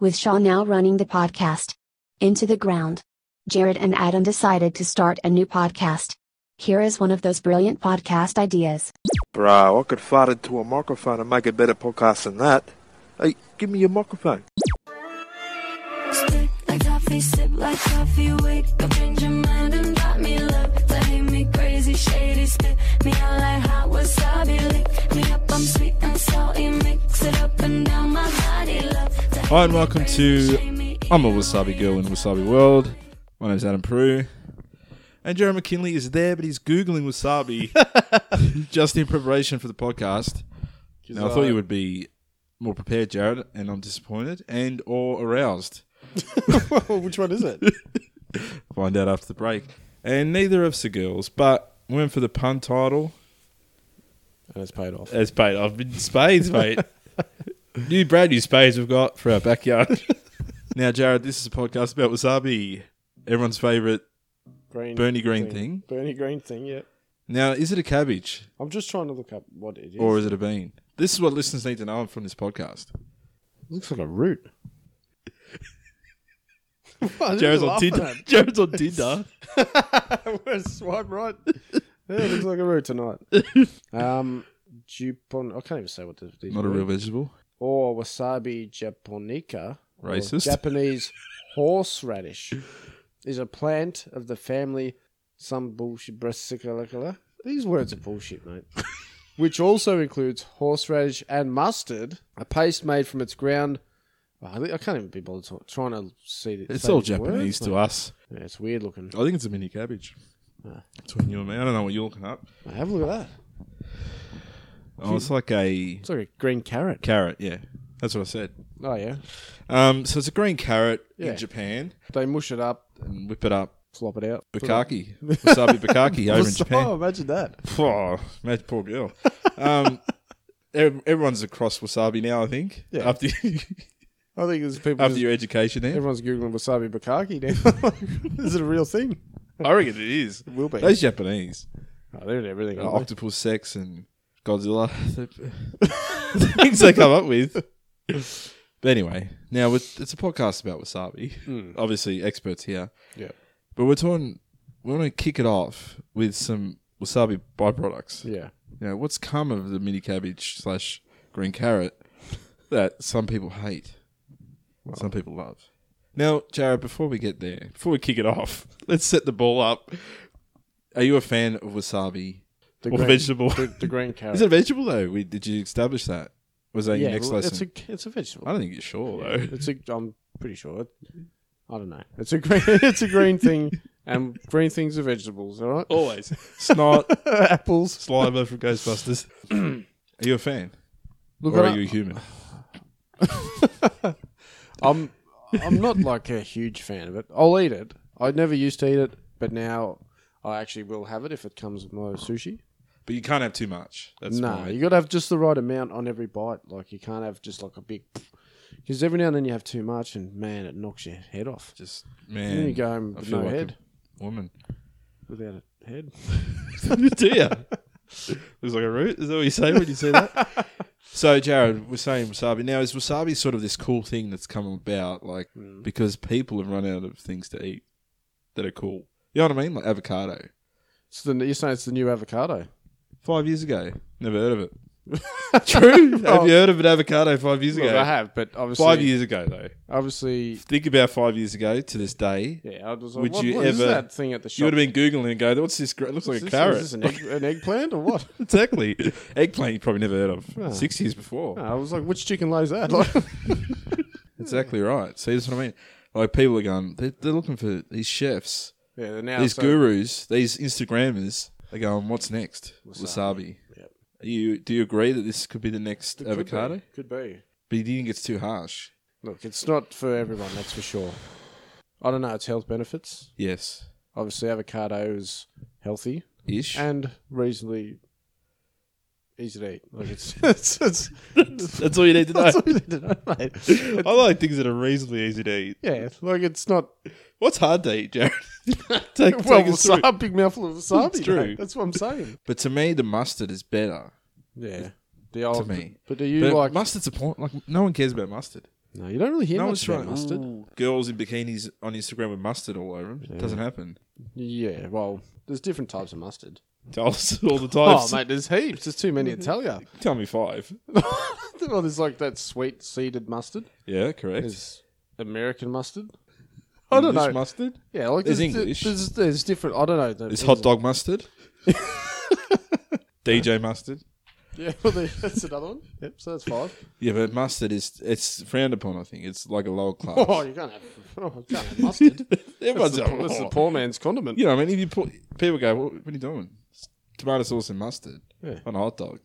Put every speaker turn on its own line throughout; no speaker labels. with Shaw now running the podcast. Into the ground. Jared and Adam decided to start a new podcast. Here is one of those brilliant podcast ideas.
Bro, I could fly into a microphone and make a better podcast than that. Hey, give me your microphone.
Stick like coffee, sip like coffee, wake up, change your mind and drop me love. To hate me crazy, shady, spit me out like hot wasabi, lick me up, I'm sweet and salty, mix it up and down my body, love. To
Hi
hate
and
me
welcome
crazy,
to
shade me,
I'm a Wasabi Girl in Wasabi World. My name's Adam Prue. And Jared McKinley is there, but he's Googling Wasabi just in preparation for the podcast. Now, I thought you would be more prepared, Jared, and I'm disappointed and or aroused.
Which one is it?
Find out after the break. And neither of us are girls, but went for the pun title.
and it's paid off.
It's paid. I've been spades, mate. new brand new spades we've got for our backyard. now, Jared, this is a podcast about wasabi, everyone's favourite.
Green,
Bernie Green thing?
Bernie Green thing. Yeah.
Now, is it a cabbage?
I'm just trying to look up what it is.
Or is it a bean? This is what listeners need to know from this podcast.
looks like a root. Why did
Jared's
you
on
laugh
Tinder.
at
Jared's on Tinder.
that? We're swipe right. Yeah, it looks like a root tonight. um, Jupon. I can't even say what this is.
Not a real vegetable.
Or wasabi japonica. or
Racist.
Japanese horseradish is a plant of the family some bullshit brassicula. These words are bullshit, mate. Which also includes horseradish and mustard, a paste made from its ground. I think- I can't even be bothered to- trying to see. the-
It's
say
all
these words,
Japanese to
mate.
us.
Yeah, it's weird looking.
I think it's a mini cabbage. Between you and me. I don't know what you're looking up.
Mate, Have a look at that.
Oh, it's like a
It's like a green carrot.
carrot. Yeah. That's what I said.
Oh yeah,
Um, so it's a green carrot
Yeah.
in Japan.
they mush it up,
And whip it up.
flop it out. put it-
Bukkake. Wasabi bukkake over in
Oh,
Japan.
imagine that.
Oh, mate, poor girl. Um, ev- everyone's across wasabi now, I think.
Yeah.
After,
I think there's people.
after
just-
your education there.
Everyone's googling wasabi bukkake now. is it a real thing?
I reckon it is.
Will be.
Those Japanese.
Oh, they're in everything.
Uh,
aren't
octopus sex and Godzilla
uh,
the things they come up with. But anyway, now with, it's a podcast about wasabi. Obviously, experts here,
they? Hmm. Yeah.
but we're talking. We want to kick it off with some wasabi byproducts.
Yeah.
You know what's come of the mini cabbage slash green carrot that some people hate, some people love. Now, Jared, before we get there, before we kick it off, let's set the ball up. Are you a fan of wasabi?
The
Or vegetable.
The, the green carrot.
Is it a vegetable though? We, did you establish that? Was that
yeah,
your next
well,
lesson?
It's a, it's a
I
vegetable.
don't think you're sure though.
It's a, I'm pretty sure. I don't know. It's a green, it's a green thing, and green things are vegetables, all right?
Always snot,
Apples.
saliva from Ghostbusters. are you a fan,
Look,
or
I
are
don't-
you a human?
I'm, I'm not like a huge fan of it. I'll eat it. I never used to eat it, but now I actually will have it if it comes with my sushi.
But you can't have too much. That's
No,
my-
you got to have just the right amount on every bite. Like you can't have just like a big, because every now and then you have too much, and man, it knocks your head off.
just
And
man.
then you go home
I
with
feel
no
like a
head,
woman.
without a head.
Do you? Looks like a root. Is that what you say when you see that? so, Jared, we're saying wasabi. Now, is wasabi sort of this cool thing that's come about, like because people have run out of things to eat that are cool? You know what I mean? Like avocado.
It's the you're saying it's the new avocado.
Five years ago, never heard of it. True. have you heard of an avocado five years
Oh. Well,
ago?
I have, but obviously,
Five years ago, though.
Obviously,
Think about five years ago to this day.
yeah. I was like,
Would
what,
you
what is
ever-
that thing at the shop?
You would have been googling and go, "What's this? gra- It looks like
Is
a
this-
carrot."
Is this an, egg, an eggplant or what?
exactly. Eggplant you probably never heard of. Six years before.
Ah, I was like, which chicken lays that? Like,
Exactly right. See, that's what I mean. Like people are going, they're, they're looking for these chefs,
yeah, they're now
these
so-
gurus, these Instagrammers. They're going, "What's next? Wasabi."
Yep.
Are you do you agree that this could be the next
Could be,
avocado?
could be.
But you think it's too harsh?
Look, it's not for everyone, that's for sure. I don't know its health benefits.
Yes.
obviously avocado is healthy
Ish.
and reasonably easy to eat. Like it's, it's, it's
That's all you need to know.
that's all you need to know, mate.
I like things that are reasonably easy to eat.
Yeah, like it's not
What's hard to eat, Jared? take,
well,
take us through.
wasabi, big mouthful of wasabi.
It's
mate.
true.
That's what I'm saying.
But to me, the mustard is better.
Yeah, the old.
me.
Oh, But do you
but
like?
mustard's a point. Like no one cares about mustard.
No, you don't really hear
no one's
much about
trying
mustard.
Ooh, girls in bikinis on Instagram with mustard all over them. Doesn't happen.
Yeah, well, there's different types of mustard.
Tell us all the
Oh,
times.
mate, there's heaps. There's too many to tell you.
Tell me five.
well, there's like that sweet seeded mustard.
Yeah, correct.
There's American mustard. I don't
English
know.
mustard.
Yeah, like
There's
there's, there's
English.
There's, there's different. I don't know.
There's hot dog mustard. DJ mustard.
Yeah, well, there- that's another one. Yep. So that's five.
Yeah, but mustard is it's frowned upon. I think it's like a lower class.
Oh, you can't have. Oh, you can't have mustard.
Everyone's
That's
like,
the
"Oh."
poor man's condiment.
You know, I mean, if you put people go, what, what are you doing? It's tomato sauce and mustard
Yeah.
on a hot dog.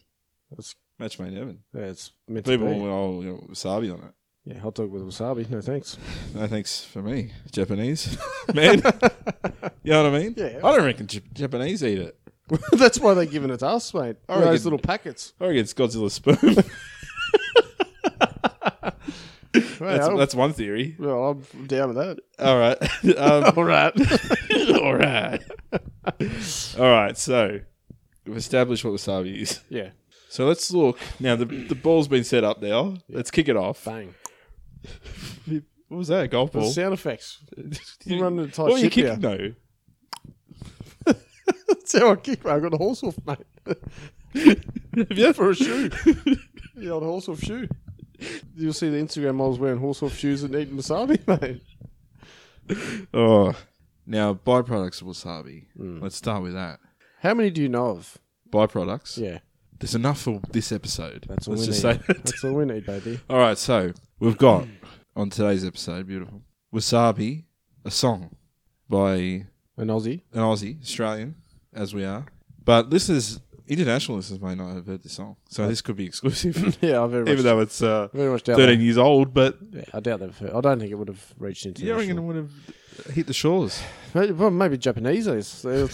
That's-
Match made in heaven.
Yeah, it's meant
People,
to be.
oh, you know, wasabi on it.
Yeah, hot dog with wasabi. No thanks.
No thanks for me, Japanese man. you know what I mean?
Yeah.
I don't reckon J- Japanese eat it.
that's why they're giving it to us, mate.
I
All those
reckon-
little packets.
I reckon it's Godzilla sperm. that's,
I'll-
that's one theory.
Well, I'm down with that.
All right. Um,
All right.
all right. all right. So we've established what wasabi is.
yeah.
So let's look. Now, the, the ball's been set up now. Let's kick it off.
Bang.
What was that? A golf
The
ball?
sound effects.
You-
running a tight
what were you
ship
kicking,
here.
though?
That's how I kick. mate. I got a horse hoof, mate.
yeah, for a shoe.
The old horse hoof shoe. You'll see the Instagram models wearing horse hoof shoes and eating wasabi, mate.
oh. Now, byproducts of wasabi.
Hmm.
Let's start with that.
How many do you know of?
Byproducts.
Yeah.
There's enough for this episode.
That's all
Let's
we
just
need.
say that.
That's all we need, baby.
All right, so we've got on today's episode, beautiful wasabi, a song by
An Aussie.
an Aussie, Australian, as we are. But listeners, international listeners may not have heard this song, so this could be exclusive,
Yeah, I very much,
even though it's uh,
very much doubt
13
that.
years old. But
Yeah, I doubt that. I don't think it would have reached into.
you reckon it would have hit the shores?
Maybe, well, maybe Japanese is. They're-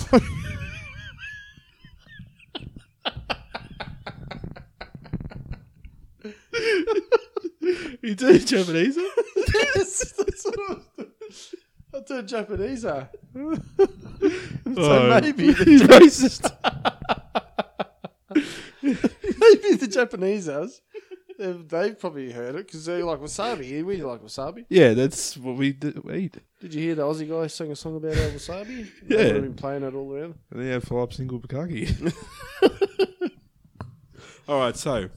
You do Japanese?
yes, that's what I was doing. I turned Japanese. uh. so
Oh.
maybe, the,
He's racist.
maybe the Japanese has. They've, they've probably heard it because they like wasabi. We like wasabi.
Yeah, that's what we do, we eat.
Did you hear the Aussie guy sing a song about our wasabi? They
Yeah.
would have been playing it all around.
And then you have follow up single Bukaki. All right, so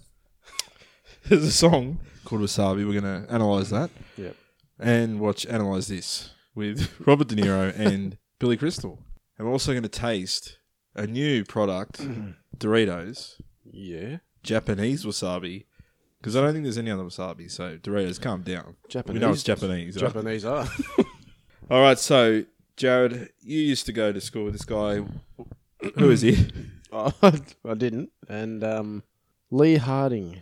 there's a song called Wasabi. We're going to analyze that
Yep.
and watch Analyze This with Robert De Niro and Billy Crystal. And we're also going to taste a new product, Doritos,
Yeah.
Japanese wasabi. Because I don't think there's any other wasabi, so Doritos, calm down. We know
Japanese-
it's Japanese. right?
Japanese are.
All right, so Jared, you used to go to school with this guy. Who is he?
I I didn't. And um, Lee Harding.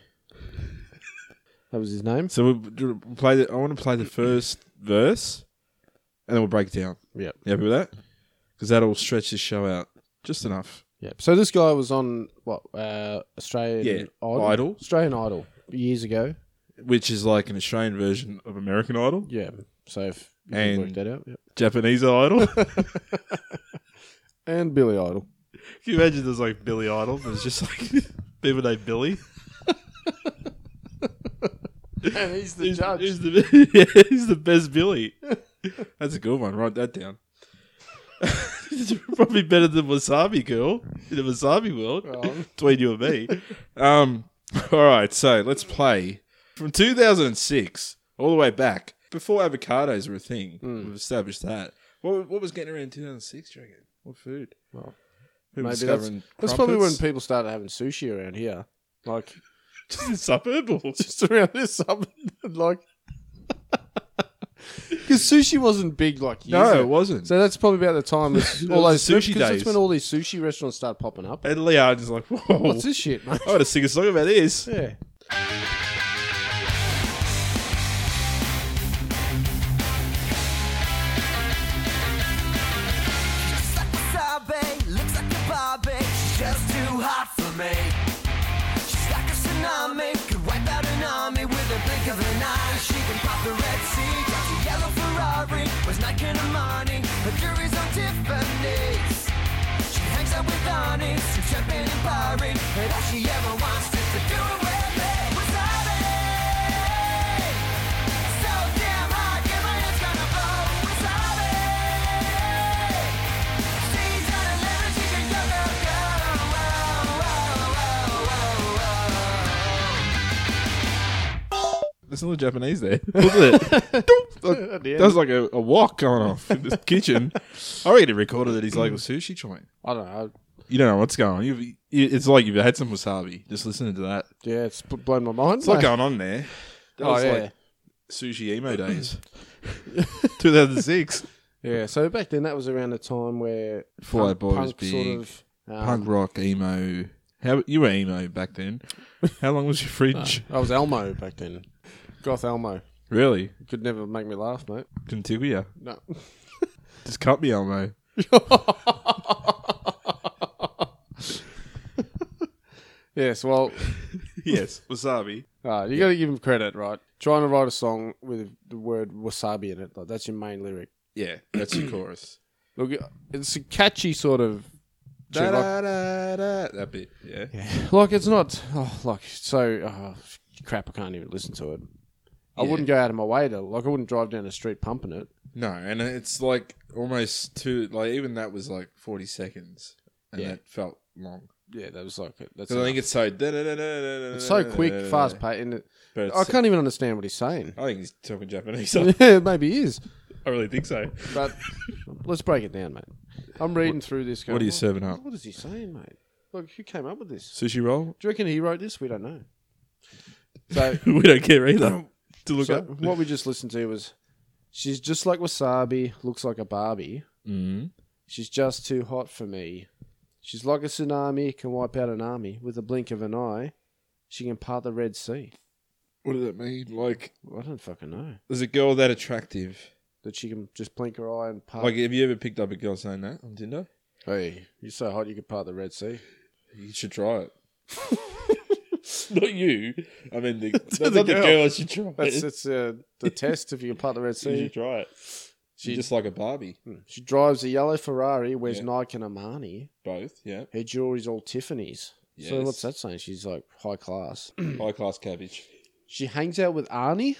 That was his name.
So we'll do- we'll play. The, I want to play the first verse, and then we'll break it down.
Yep.
You happy with that? Because that'll stretch this show out just enough.
Yep. So this guy was on what uh, Australian
Yeah,
Idol?
Idol.
Australian Idol years ago.
Which is like an Australian version of American Idol,
Yeah. So if you
And-
can work that out. Yep.
Japanese Idol. Can
And Billy Idol.
you imagine there's like Billy Idol, but it's just like people named Billy.
And he's the
Who's- Who's the, yeah, who's the best Billy? That's a good one. Write that down. It's Probably better than Wasabi Girl in the Wasabi world.
Well.
Between you and me. Um, all right, so let's play from 2006 all the way back before avocados were a thing.
Hmm.
We've established that. What, what was getting around in 2006? Do you reckon? What food?
Well,
Who
Maybe that's, that's probably when people started having sushi around here. Like
people suburb.
just around this suburb, like because sushi wasn't big like years
No,
ago.
it wasn't.
So that's probably about the time
It
it's all
was
those
the sushi
sushi days.
days.
That's when all these sushi restaurants start popping up.
and Leon's like, whoa.
What's this shit, mate?
I want to sing a Oh, song about this.
Yeah.
Just like wasabi, looks like a Barbie. She's just too hot for me. She's like a tsunami, could wipe out an army with a blink of an eye. She can pop the Red Sea, drives a yellow Ferrari, was Nike and Armani. Her jewelry's on Tiffany's. She hangs out with Arnie's, some champagne and Paris, and all she ever wants is to do it with me. Wasabi.
It's not Japanese there. Wasn't it? Doop.
Yeah.
that was like a, a wok going off in the kitchen. I reckon he recorded at his local sushi joint.
I don't know.
You don't know what's going on. You've, you- it's like you've had some wasabi. Just listening to that.
Yeah, it's b- blown my mind.
It's not
mate.
going on there. That
oh
was
yeah,
like sushi emo days. 2006.
yeah. So back then, that was around the time where
Fall Out
punk-
Boy was
punk
big.
of, um,
Punk rock, emo. How You were emo back then. How long was your fridge?
I was Elmo back then. Goth Elmo
Really?
could never make me laugh, mate.
Contigua.
No.
Just cut me, Elmo.
yes. Well,
yes, wasabi.
uh, you got to give him credit, right? Trying to write a song with the word wasabi in it, like that's your main lyric.
Yeah, that's your chorus.
Look, it's a catchy sort of.
Da,
tune, like-
da, da, da, that bit, yeah.
Like it's not oh, like so oh, crap. I can't even listen to it. I
Yeah.
wouldn't go out of my way to like. I wouldn't drive down the street pumping it.
No, and it's like almost two. Like even that was like forty seconds, and
Yeah.
that felt long.
Yeah, that was like that's.
Because I think
enough.
it's so. It's
it's so quick, fast paced, and it,
But
I
uh, it's,
can't even understand what he's saying.
I think he's talking Japanese. I
yeah, maybe he is.
really think so.
But let's break it down, mate. I'm reading through this. Going,
What are you serving up?
What is he saying, mate? Look, who came up with this?
Sushi roll?
Do you reckon he wrote this? We don't know. So,
we don't care either. To look
so
up.
what we just listened to was, she's just like wasabi, looks like a Barbie.
Mm.
She's just too hot for me. She's like a tsunami, can wipe out an army with a blink of an eye. She can part the Red Sea.
What does that mean? Like,
I don't fucking know.
is a girl that attractive?
That she can just blink her eye and part.
Like, have you ever picked up a girl saying that on Tinder?
hey, you're so hot you could part the Red Sea.
You should try it. Not you. I mean, the,
the
not the
girl.
girl should try
That's
it.
that's uh, the test if you can part the Red
You
Sea.
should try it. She's
She- hmm,
just like a Barbie.
She drives a yellow Ferrari, wears
Yeah.
Nike and Armani.
Both, yeah.
Her jewelry's all Tiffany's. So
Yes.
what's that saying? She's like high class.
High class cabbage.
she hangs out with Arnie,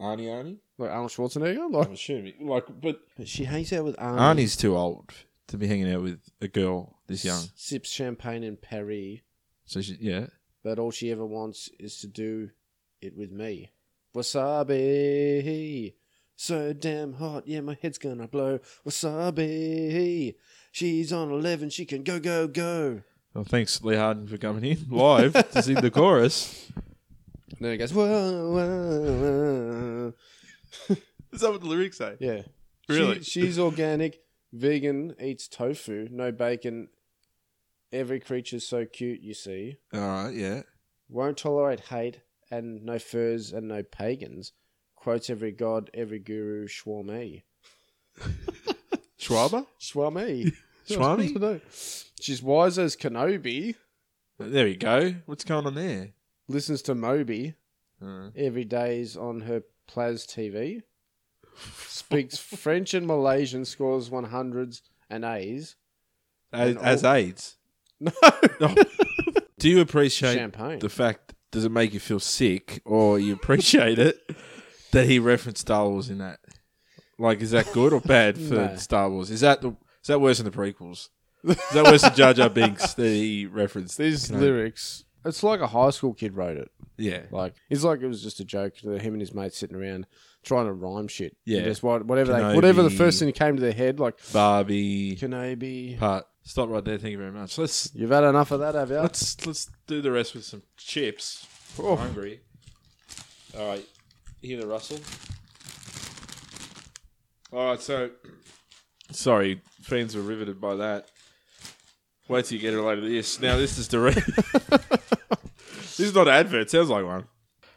Arnie, Arnie.
like Arnold Schwarzenegger. Like
I'm assuming, like, but
she hangs out with Arnie.
Arnie's too old to be hanging out with a girl this young.
s- sips champagne in Paris,
So she, yeah,
but all she ever wants is to do it with me. Wasabi, so damn hot, yeah, my head's gonna blow. Wasabi, she's on eleven, she can go go go.
Well, thanks, Lee Harden, for coming in live to sing the chorus.
And then it goes, whoa, whoa, whoa.
Is that what the lyrics say?
Yeah.
Really?
She, she's organic, vegan, eats tofu, no bacon. Every creature's so cute, you see.
All right, yeah.
Won't tolerate hate and no furs and no pagans. Quotes every god, every guru, Swami.
Schwaber?
Swami.
Swami?
I don't know. She's wise as Kenobi.
There we go. What's going on there?
Listens to Moby.
Uh,
every day's on her Plaz TV. Speaks French and Malaysian, scores 100s and A's.
as,
And
as AIDS.
No.
Do you appreciate
Champagne.
the fact, does it make you feel sick or you appreciate it that he referenced Star Wars in that? Like, is that good or bad for
No.
Star Wars? Is that the, is that worse than the prequels? Is that worse than Jar Jar Binks that he referenced?
These
you know?
lyrics. It's like a high school kid wrote it.
Yeah.
Like it's like it was just a joke. that Him and his mates sitting around trying to rhyme shit.
Yeah.
just write- whatever they,
Kenobi.
whatever the first thing that came to their head. Like
Barbie.
Kenobi,
Part. Stop right there. Thank you very much. Let's
you've had enough of that, have you?
Let's let's do the rest with some chips.
Oh.
I'm hungry. All right, hear the rustle. All right, so sorry, fans were riveted by that. Wait till you get a load of this. Now this is direct. this is not an advert. Sounds like one.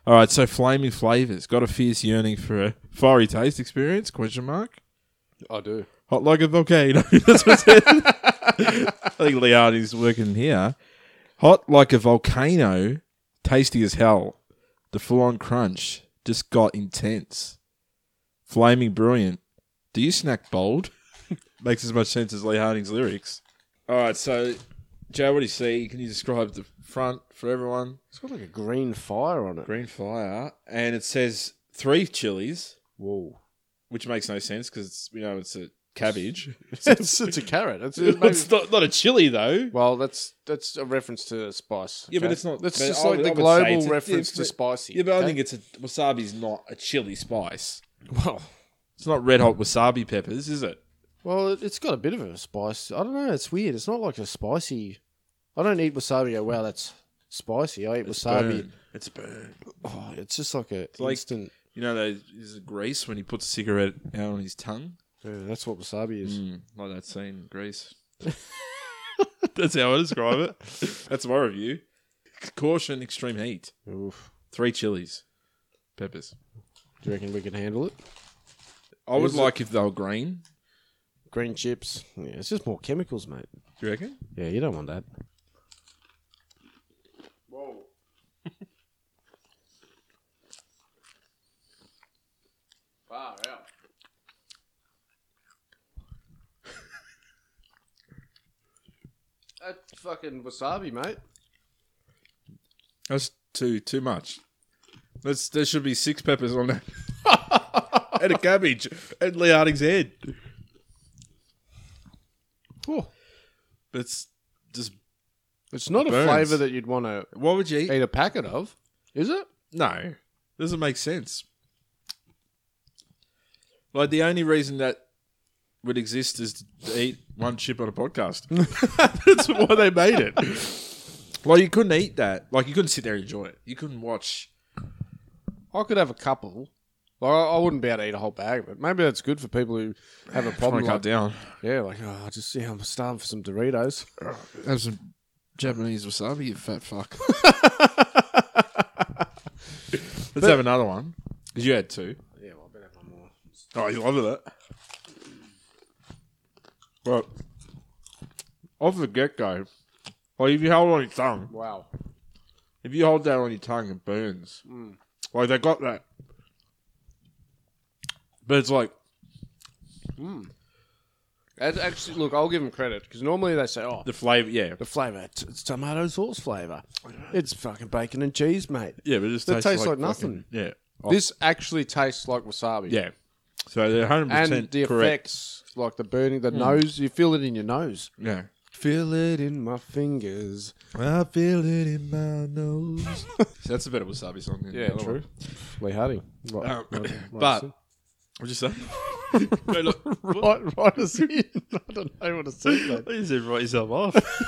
All right, so flaming flavors. Got a fierce yearning for a fiery taste experience? Question mark.
I do.
Hot like a volcano. That's what it said. I think Liardi's working here. Hot like a volcano, tasty as hell. The full on crunch just got intense. Flaming brilliant. Do you snack bold? Makes as much sense as Lee Harding's lyrics. All right, so Joe, what do you see? Can you describe the front for everyone?
It's got like a green fire on it.
Green fire, and it says three chilies,
Whoa.
which makes no sense because you know it's a cabbage.
it's, it's a carrot. It's, it's maybe-
it's not, not a chili though.
Well, that's that's a reference to spice.
Yeah, but
okay?
it's not.
That's
but
just
I
like
would- I
the
would say
global
it's a-
reference
yeah,
to
but-
spicy.
Yeah, but I
okay?
think it's a wasabi's not a chili spice.
well,
It's not red hot wasabi peppers, is it?
well, it- it's got a bit of a spice. I don't know. It's weird. It's not like a spicy. I don't eat wasabi. Oh, wow, that's spicy. I eat wasabi.
Burn. It's burn.
Oh, it's just like a
like-
instant.
You know, those is it Grease when he puts a cigarette out on his tongue.
Yeah, that's what wasabi is.
Mm, like that scene in Grease. That's how I describe it. That's my review. Caution: extreme heat.
Oof.
Three chilies, peppers.
Do you reckon we can handle it?
I would
Is it-
like if they were green.
Green chips. Yeah, it's just more chemicals, mate.
Do you reckon?
Yeah, you don't want that. Whoa. Far out. That's fucking wasabi, mate.
That's too too much. That's there should be six peppers on that. and a cabbage. And Lee Harding's head. But it's just
It's not a
Burns.
flavour that you'd want to
why would you eat?
eat a packet of, is it?
No. Doesn't make sense. Like the only reason that would exist is to eat one chip on a podcast. That's why they made it. Like you couldn't eat that. Like you couldn't sit there and enjoy it. You couldn't watch
I could have a couple. Like, I I wouldn't be able to eat a whole bag of it. Maybe that's good for people who have a problem.
Trying to cut
Like,
down.
yeah, like, oh, I just, yeah, I'm starving for some Doritos.
Have some Japanese wasabi, you fat fuck. Let's have another one. Because you had two.
Yeah, well, I better have one more.
Oh, you love that. But off the get go, like if you hold on your tongue,
Wow.
if you hold that on your tongue, it burns.
Mm.
Like they got that. But it's like,
That's actually, look, I'll give them credit because normally they say, oh,
the flavour, yeah.
the flavour, it's, it's tomato sauce flavour. It's fucking bacon and cheese, mate.
Yeah, but it just
That
tastes,
tastes
like,
like nothing.
fucking- yeah.
Oh.
Oh,
This actually tastes like wasabi.
yeah. So they're 100%
And the
correct.
effects, like the burning, the nose, you feel it in your nose.
Yeah.
Feel it in my fingers.
I feel it in my nose. That's a better wasabi song. Than the other one.
Lee Harding. Right,
Um,
right- right
but
us in.
what'd you say? no, look,
right, right us in. I don't know what to say. mate.
you said write yourself off.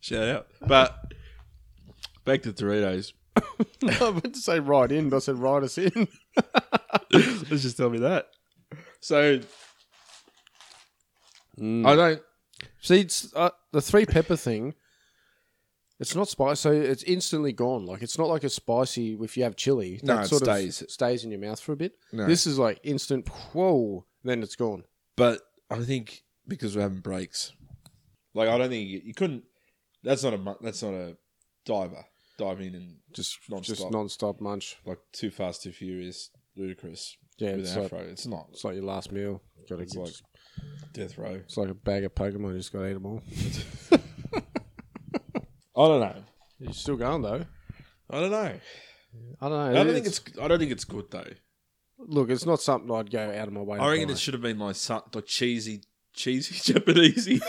Shout out. But back to Doritos.
I meant to say right in, but I said right us in.
Let's just tell me that. So I don't.
See, it's uh, the three pepper thing. It's not spicy, so it's instantly gone. Like it's not like a spicy. If you have chili,
No,
that
it
sort
stays.
of stays in your mouth for a bit.
No.
This is like instant. Whoa, then it's gone.
But I think because we're having breaks, like I don't think you, you couldn't. That's not a. mu- That's not a diver. Dive in and
Just
Non-stop.
just non-stop munch.
like too fast, too furious, ludicrous.
Yeah,
with
it's
an
like-
afro. it's not.
It's like your last meal. Got to
It's like death row.
It's like a bag of Pokemon. You just got to eat them all.
I don't know.
You're still going though.
I don't know.
I don't know.
I don't think it's. I don't think it's good though.
look. It's not something I'd go out of my way.
I reckon
to
it should have been like some, like cheesy, cheesy Japanesey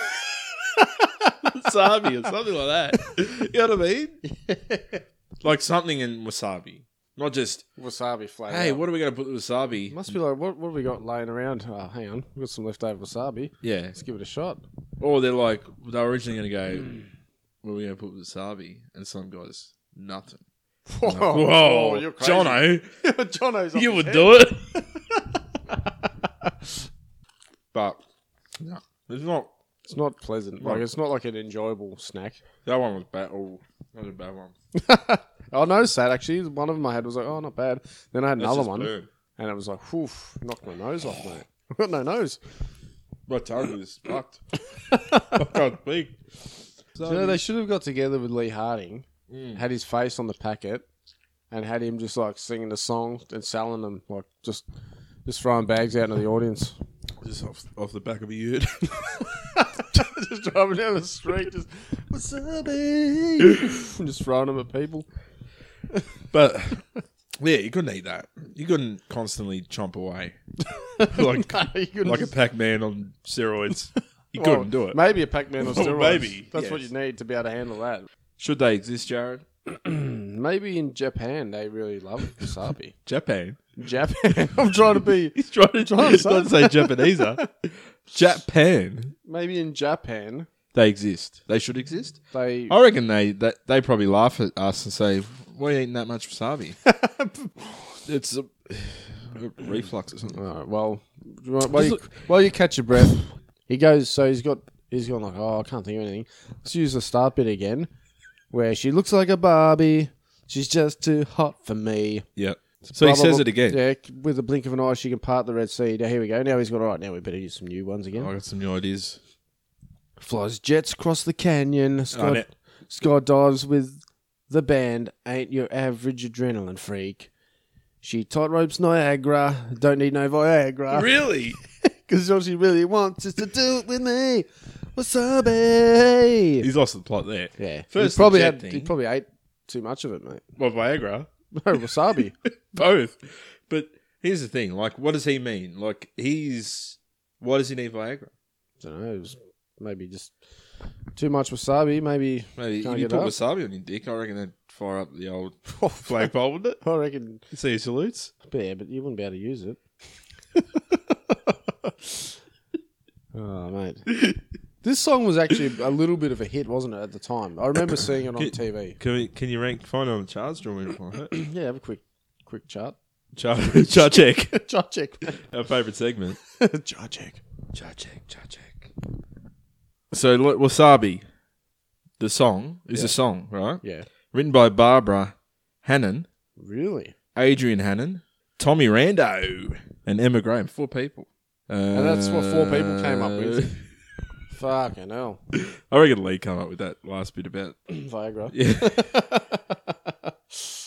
wasabi or something like that. You know what I mean? Like something in wasabi, not just
buy. wasabi flavor.
hey, what are we going to put the wasabi?
Must be like what? What have we got laying around? Oh, hang on, we have got some leftover wasabi.
Yeah,
Let's give it a shot.
or they're like they were originally going to
Hmm.
go. What are we going to put with wasabi? And some guys nothing.
Whoa,
Oh, Whoa,
you're crazy.
Jono,
Jono's up
you
his
would
head.
do it. but no, it's not.
It's not pleasant. Like it's not like an enjoyable snack.
That one was bad. Oh, that was a bad one.
I noticed that Oh, actually. One of them I had was like, oh, not bad. Then I had
That's
another
just
one,
burn.
and it was like, whew, knocked my nose off, mate. I've got no nose.
My tongue is fucked. I can't speak.
So Mm. they should have got together with Lee Harding, had his face on the packet, and had him just like singing the song and selling them, like just just throwing bags out into the audience.
Just off, off the back of a ute.
just driving down the street, just wasabi, and just throwing them at people.
but Yeah, you couldn't eat that. You couldn't constantly chomp away like
you couldn't
like a
just-
Pac-Man on steroids. You
well,
couldn't do it.
Maybe a Pac-Man or
Well,
steroids.
maybe,
that's what you
yes.
need to be able to handle that.
Should they exist, Jared?
Maybe in Japan they really love wasabi.
Japan.
Japan. I'm trying to be.
He's trying to,
Trying to
he's trying to say Japanese. huh? Japan.
Maybe in Japan
They exist. They should exist.
they
I reckon they that they probably laugh at us and say, "Why are you eating that much wasabi?" it's a, reflux or something.
All right. uh, Well, do you want- while you, while you catch your breath, he goes. So he's got. He's gone like, oh, I can't think of anything. Let's use the start bit again, where she looks like a Barbie. She's just too hot for me.
Yeah. So he
Blah, blah,
says
blah.
it again.
Yeah, with a blink of an eye, she can part the Red Sea. Now, here we go. Now he's got, all right, now we better use some new ones again.
I got some new ideas.
Flies jets across the canyon.
Oh,
Sky,
no.
sky dives with the band. Ain't your average adrenaline freak. She tight ropes Niagara. Don't need no
Ah.
Viagra.
Really?
Because all she really wants is to do it with me. Wasabi.
He's lost the plot there.
yeah.
First
he probably had.
injecting-
He probably ate too much of it, mate.
Well, Viagra.
No wasabi.
Both. But here's the thing. Like, what does he mean? Like, he's. Why does he need Viagra?
don't know. It was maybe just too much wasabi. Maybe.
Maybe
Can't
if you
get
put
up.
wasabi on your dick, I reckon they'd fire up the old flagpole, wouldn't it?
I reckon.
See who salutes.
But yeah, but you wouldn't be able to use it. oh mate, this song was actually a little bit of a hit, wasn't it? At the time, I remember seeing it on TV.
Can, we, can you rank find it on the charts? Do you want me to find it?
Yeah, have a quick, quick chart.
Char, char check.
Chart check.
Our favourite segment.
chart check.
Char check, char check. So look, Wasabi, the song is a song, right?
Yeah.
Written by Barbara Hannon,
Really?
Adrian Hannon, Tommy Rando, and Emma Graham. Four people. Uh, and
that's what four people came up with. Fucking hell.
I reckon Lee came up with that last bit about
Viagra.
Yeah.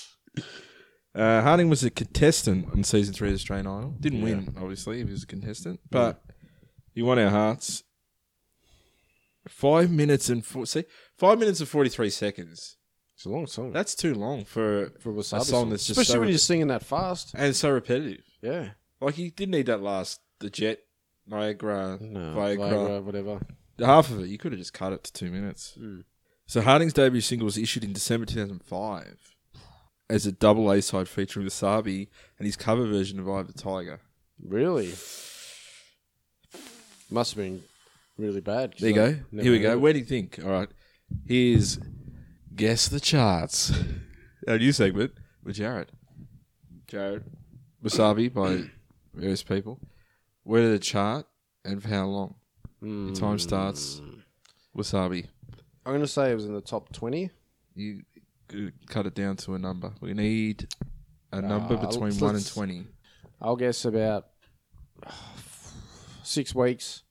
uh, Harding was a contestant on season three of Australian Idol. Didn't win, obviously, if he was a contestant, but he won our hearts. Five minutes and four, see, five minutes and forty three seconds.
It's a long song.
That's too long for
for
a
wasabi
song, that's just
Especially
so
when you're singing that fast.
and it's so repetitive.
Yeah.
Like you didn't need that last the jet Niagara Viagra.
Viagra, whatever.
half of it. You could have just cut it to two minutes.
Hmm.
So Harding's debut single was issued in December 2005 as a double A side featuring Wasabi and his cover version of "I Have the Tiger."
Really? Must have been really bad. 'cause
There you
I
go.
never
Here we
heard
go.
it.
Where do you think? All right. Here's guess the charts. Our new segment with Jared. Jared Wasabi by various people. Where did it chart and for how long? Your time starts.
Hmm.
Wasabi.
I'm going to say it was in the top 20.
you c- cut it down to a number. We need a number
Uh,
between
let's-
one and
let's-
twenty.
I'll guess about six weeks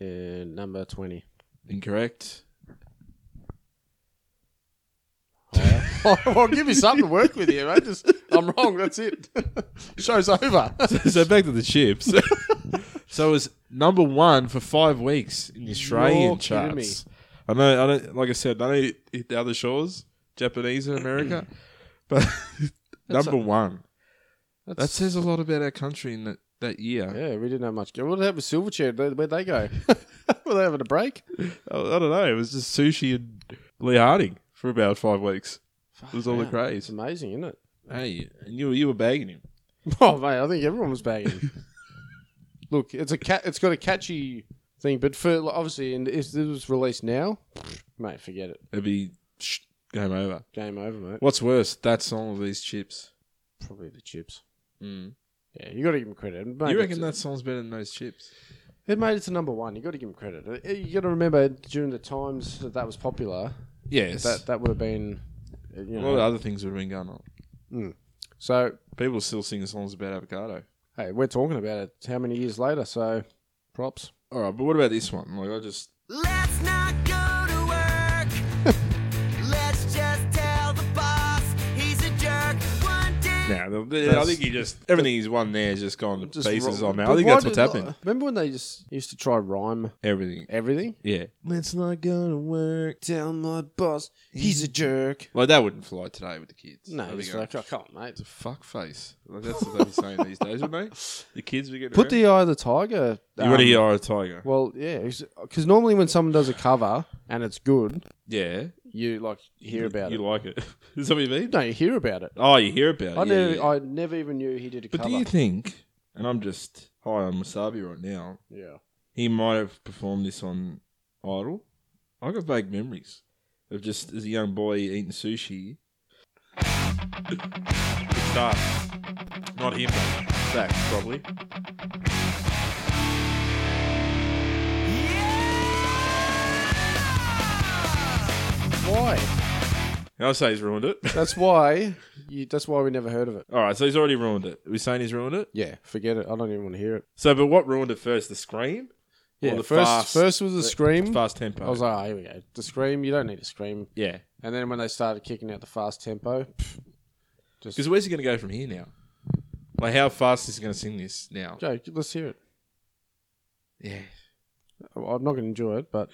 and number 20.
Incorrect.
well, give me something to work with here, mate. Just, I'm wrong. That's it. Show's over.
so back to the chips. so it was number one for five weeks in the Australian
You're kidding me.
charts. I know. I don't. Like I said, I don't hit the other shores, Japanese and America, but number one. That says a lot about our country in that, that year.
Yeah, we didn't have much. What happened with Silverchair? They- Where'd they go? Were they having a break?
I, Oh, I don't know. It was just sushi and Lee Harding for about five weeks. It was all the
It's
craze.
amazing, isn't it?
Hey, and you you were bagging him.
Oh mate, I think everyone was bagging. Look, it's a cat. It's got a catchy thing, but for like, obviously, and if this was released now, mate, forget it.
It'd be sh- game over.
Game over, mate.
What's worse, that song or these chips?
Probably the chips.
Mm.
Yeah, you got to give them credit. And, mate,
You reckon that
it's-
song's better than those chips?
it made it to number one? You got to give them credit. Uh, You got to remember during the times that that was popular,
Yes.
that that would have been, uh, you
a
know.
lot of other things would have been going on.
so
People still singing songs about avocado.
hey, we're talking about it. How many years later? So, props.
All right, but what about this one? Like, I just
Let's not go to work. Let's just tell the boss he's a jerk. One day
No, the- I
That's-
think he just everything he's won there has just gone to
Just
pieces
wrong.
on that.
But
I think
why
that's what's
did-
happening.
Remember when they just used to try rhyme
Everything.
everything?
Yeah. It's not gonna work.
Tell my boss he's a jerk.
Like that wouldn't fly today with the kids.
No,
There we
it's
go.
like, oh, come on, mate.
It's a fuck face. Like that's what they're saying these days, wouldn't they? The kids were getting
Put
around.
the eye of the tiger.
You
um,
want to hear Eye of the Tiger?
Well, yeah, because normally when someone does a cover and it's good,
yeah.
you like Uh, hear about
you
it.
like it. Is that what you mean?
No, you hear about it.
Oh, you hear about it.
I
yeah,
never,
yeah.
I never even knew he did a
But
cover.
do you think, and I'm just high on Wasabi right now,
yeah,
he might have performed this on Idol? I've got vague memories of just as a young boy eating sushi. Guitar. Not him, though. Sax, probably.
why?
I'll say he's ruined it.
That's why. You, that's why we never heard of it.
All right, so he's already ruined it. Are we saying he's ruined it?
Yeah, forget it. I don't even want to hear it.
So, but what ruined it first? The scream? Or
Yeah,
the
first,
fast-
first was the
the-
scream.
Fast tempo.
I was like, oh, here we go. The scream. You don't need to scream.
yeah.
And then when they started kicking out the fast tempo,
Because where's he going to go from here now? Like, how fast is he going to sing this now?
Joe, let's hear it.
Yeah.
I'm not going to enjoy it, but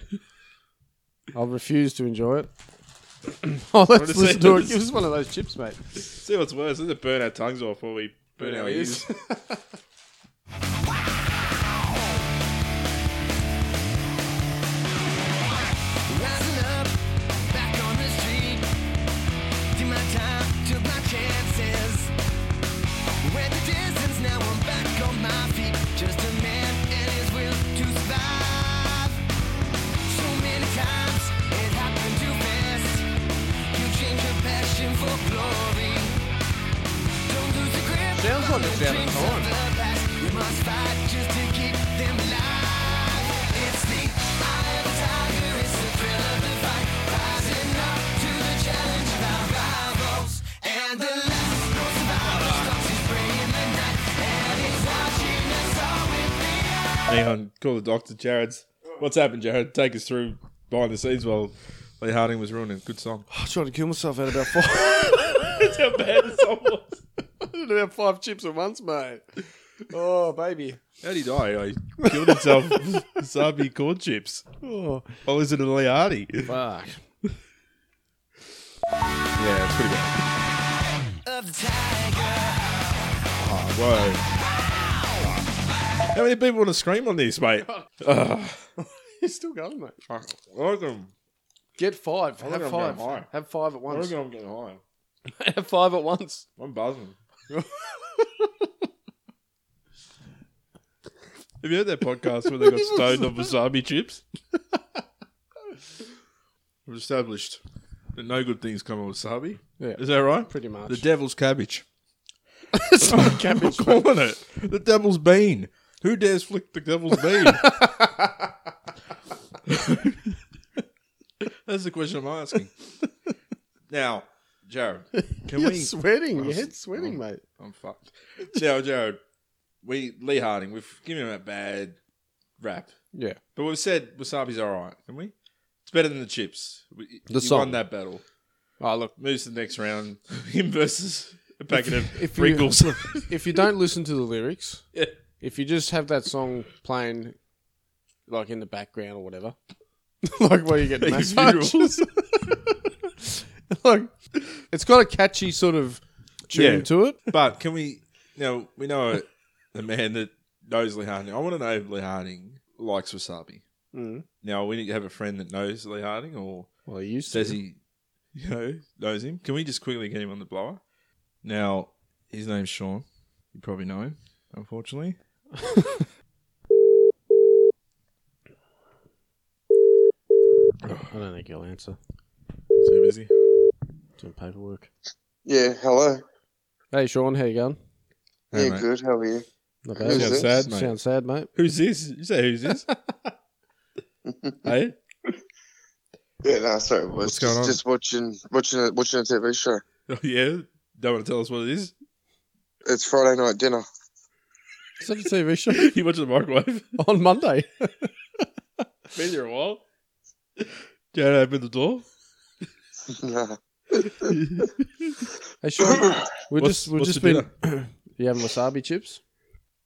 I'll refuse to enjoy it.
Wanna
oh, let's listen
see
to it.
this?
Give us one of those chips, mate.
See what's worse? Let's burn our tongues off while we burn our ears.
Rising up, back on the street. Did my time, took my chances. Went the distance, now I'm back on my feet. Just a man and his will to survive. So many times, it happened too fast. You change your passion for glory. Don't lose the grip.
Sounds like
on
it's
the
out of
dreams
time.
the past. We must fight just to keep them alive. It's the eye of the tiger, it's the thrill of the fight. Rising up to the challenge of our rivals. And the last no survivor starts his prey in the night. And he's watching us all with the
Hang on, call the doctor, Jared's. What's happened, Jared? Take us through behind the scenes while Lee Harding was ruining. Good song.
I tried to kill myself at about five,
That's how bad the song was.
at about five chips at once, mate. Oh, baby.
How'd he die? He killed himself with wasabi corn chips.
Oh,
I listened to Lee Harding. Yeah,
fuck.
it's pretty bad.
eye of the tiger.
Ah, Whoa. How many people want to scream on this, mate?
He's still going, mate.
Welcome.
Get five.
reckon
Have
I'm
five.
going high.
Have five at
I
once.
reckon I'm getting high.
Have five at once.
I'm buzzing. Have you heard that podcast where they got stoned on wasabi chips? We've established that no good things come with wasabi.
Yeah.
Is that right?
Pretty much.
The devil's cabbage.
it's not cabbage.
I'm calling it. The devil's bean. Who dares flick the devil's bean? That's the question I'm asking. Now, Jared, can
You're
we
sweating. Your head's sweating, mate.
I'm fucked. Now, Jared, we Lee Harding, we've given him a bad rap,
Yeah.
but we've said wasabi's all right, haven't we? It's better than the chips. We,
The
you
song.
won that battle.
Oh, look.
Moves to the next round. Him versus a packet of
if you-
Pringles.
If you don't listen to the lyrics,
Yeah.
if you just have that song playing like in the background or whatever like while you get
At your
massages like it's got a catchy sort of tune
Yeah.
to it
but can we? Now we know a, a man that knows Lee Harding. I want to know if Lee Harding likes wasabi.
Mm.
Now we need to have a friend that knows Lee Harding, or
well you
says he, you know, knows him. Can we just quickly get him on the blower? Now, his name's Sean. You probably know him, unfortunately.
i don't think he'll answer
Too busy.
doing paperwork
Yeah, hello.
hey sean how you going
Hey,
yeah,
mate.
good. How are you?
Not
Who's
Sounds
this?
sad, mate.
sounds sad mate
Who's this? You say who's this? hey,
Yeah, no, sorry. boys.
What's
just,
going on?
Just watching, watching, a, watching a TV show.
oh, yeah. Don't want to tell us what it is.
It's Friday night dinner.
is that a tv show
you watch the microwave.
on monday
Been there a while. Jared opened the door.
no,
Hey, Sean, we're
What's-
just we're
what's
just
the
been. you having wasabi chips?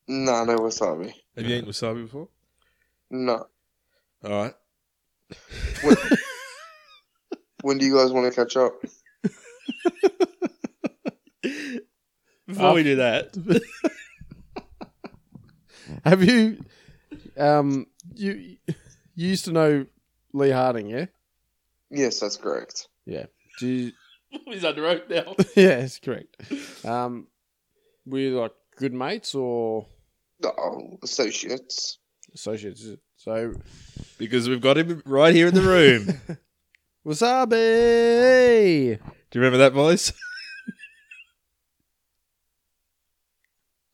Nah, no wasabi.
Have you eaten wasabi before?
No.
All right.
When, when do you guys want to catch up?
Before we do that,
Have you? Um, you you used to know Lee Harding, yeah?
Yes, that's correct.
Yeah. Do you,
he's under oath now.
yeah, that's correct. Um, were you like good mates or
Oh, associates.
associates? So
Because we've got him right here in the room. Do
wasabi.
you remember that voice?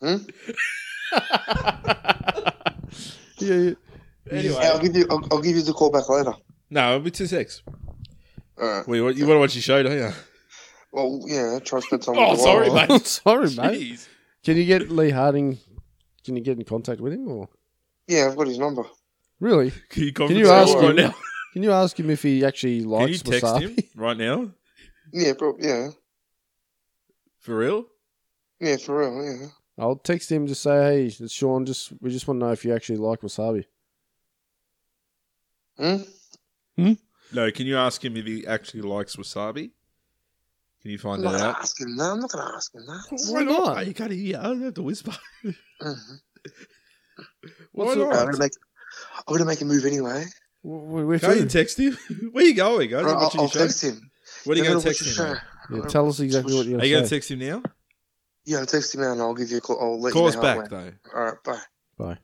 Hmm?
Yeah, yeah.
Hey, I'll give you. I'll, I'll give you the call back later.
No, it'll be two secs.
All right.
Well, you, want- you want to watch your show, don't you?
Well, yeah. Try to spend time.
Oh,
with the
sorry,
wild.
mate.
Sorry, mate. Can you get Lee Harding? Can you get in contact with him or
Yeah, I've got his number.
really?
Can you,
Can you ask
him
him
right now?
Can you ask him if he actually
Can you
likes
text
wasabi?
him right now?
Yeah, bro. Yeah,
For real?
yeah, for real. Yeah.
I'll text him to say, "Hey, it's Sean. Just we just want to know if you actually like wasabi."
Hmm?
No, can you ask him if he actually likes wasabi? Can you
I'm
find
not
that
gonna
out?
ask him that. I'm not gonna ask him that.
Why not?
You can't hear. I don't have to whisper.
Mhm.
Why
What's the-
not?
I'm gonna make. I'm gonna make a move anyway.
W- We're
Can't you
friends.
text him? Where you going? Are you
Right, I'll,
watching
I'll
your show?
text him.
What are you
They're
going
gonna
to text
watch
him?
the
mate?
show.
Yeah, tell us exactly what you're
Are you going
going to
to
say.
text him now?
Yeah, I'll text him now, and I'll give you a call. I'll let
Call
you
us
know how it
back,
went.
though.
All right, bye.
Bye.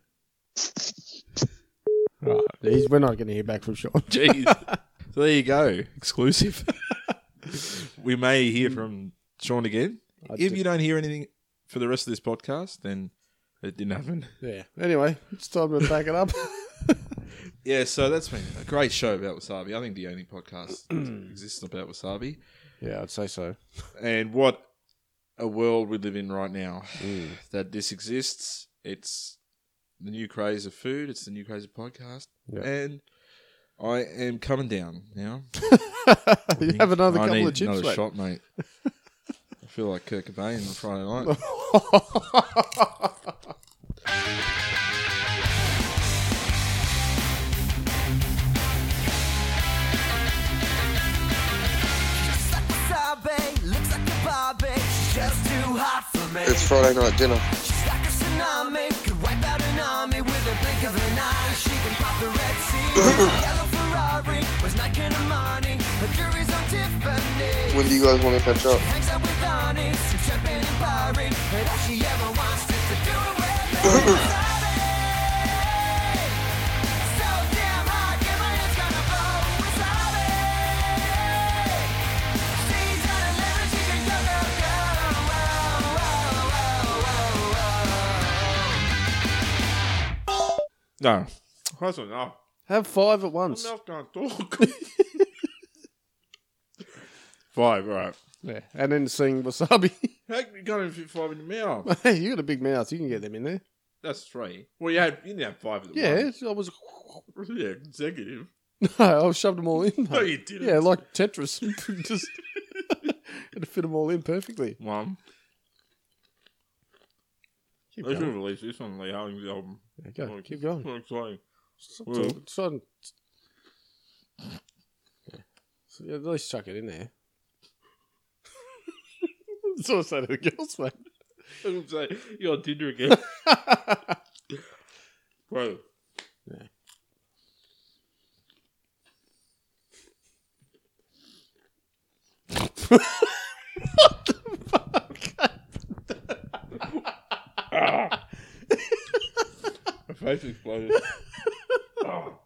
Right. He's, we're not going to hear back from Sean.
Jeez. so there you go. Exclusive. we may hear from Sean again.
I
if
did-
you don't hear anything for the rest of this podcast, then it didn't happen.
Yeah. Anyway, it's time to back it up.
Yeah, so that's been a great show about wasabi. I think the only podcast that exists about wasabi.
yeah, I'd say so.
And what a world we live in right now that this exists. It's the new craze of food. It's the new craze of podcast.
Yeah.
And I am coming down now.
you have another
I
couple
need
of chips,
another
mate.
shot, mate. I feel like Kirk Cobain on Friday night.
Sabe, looks like a Barbie. She's just too hot for me.
It's Friday night dinner.
She's like a tsunami, could wipe out an army with a blink of an eye. She can pop the Red Sea. Yellow Ferrari was Nike and Armani. Her jewelry's on Tiffany.
When do you guys want to catch up?
Hangs out with Arnie's, who's jumping and firing. And all she ever wants is to do it with me. Wasabi. So damn hot, get my hands gonna blow. Wasabi. She's out of limit, she's a yo-yo girl. Whoa, whoa, whoa, whoa, whoa.
No. That's enough.
have five at once.
Enough time talk. Five, all right.
Yeah. And then sing wasabi.
How you got him fit five in your mouth?
hey, you got a big mouth. You can get them in there.
That's three. Well, you had you didn't have five at the
Yeah, I was.
one. Yeah, consecutive.
No, I shoved them all in.
No,
mate.
you didn't.
Yeah, like Tetris. Just had to fit them all in perfectly.
one.
Keep
They should
going.
release this on Lee Harding's album.
Yeah, go. Keep going.
It's like,
Stop
Well-
talking. Stop. Yeah. So, yeah, at least chuck it in there. That's what I say to the girls, mate.
it's like you're on Tinder again, bro. Ah. My face exploded. Oh.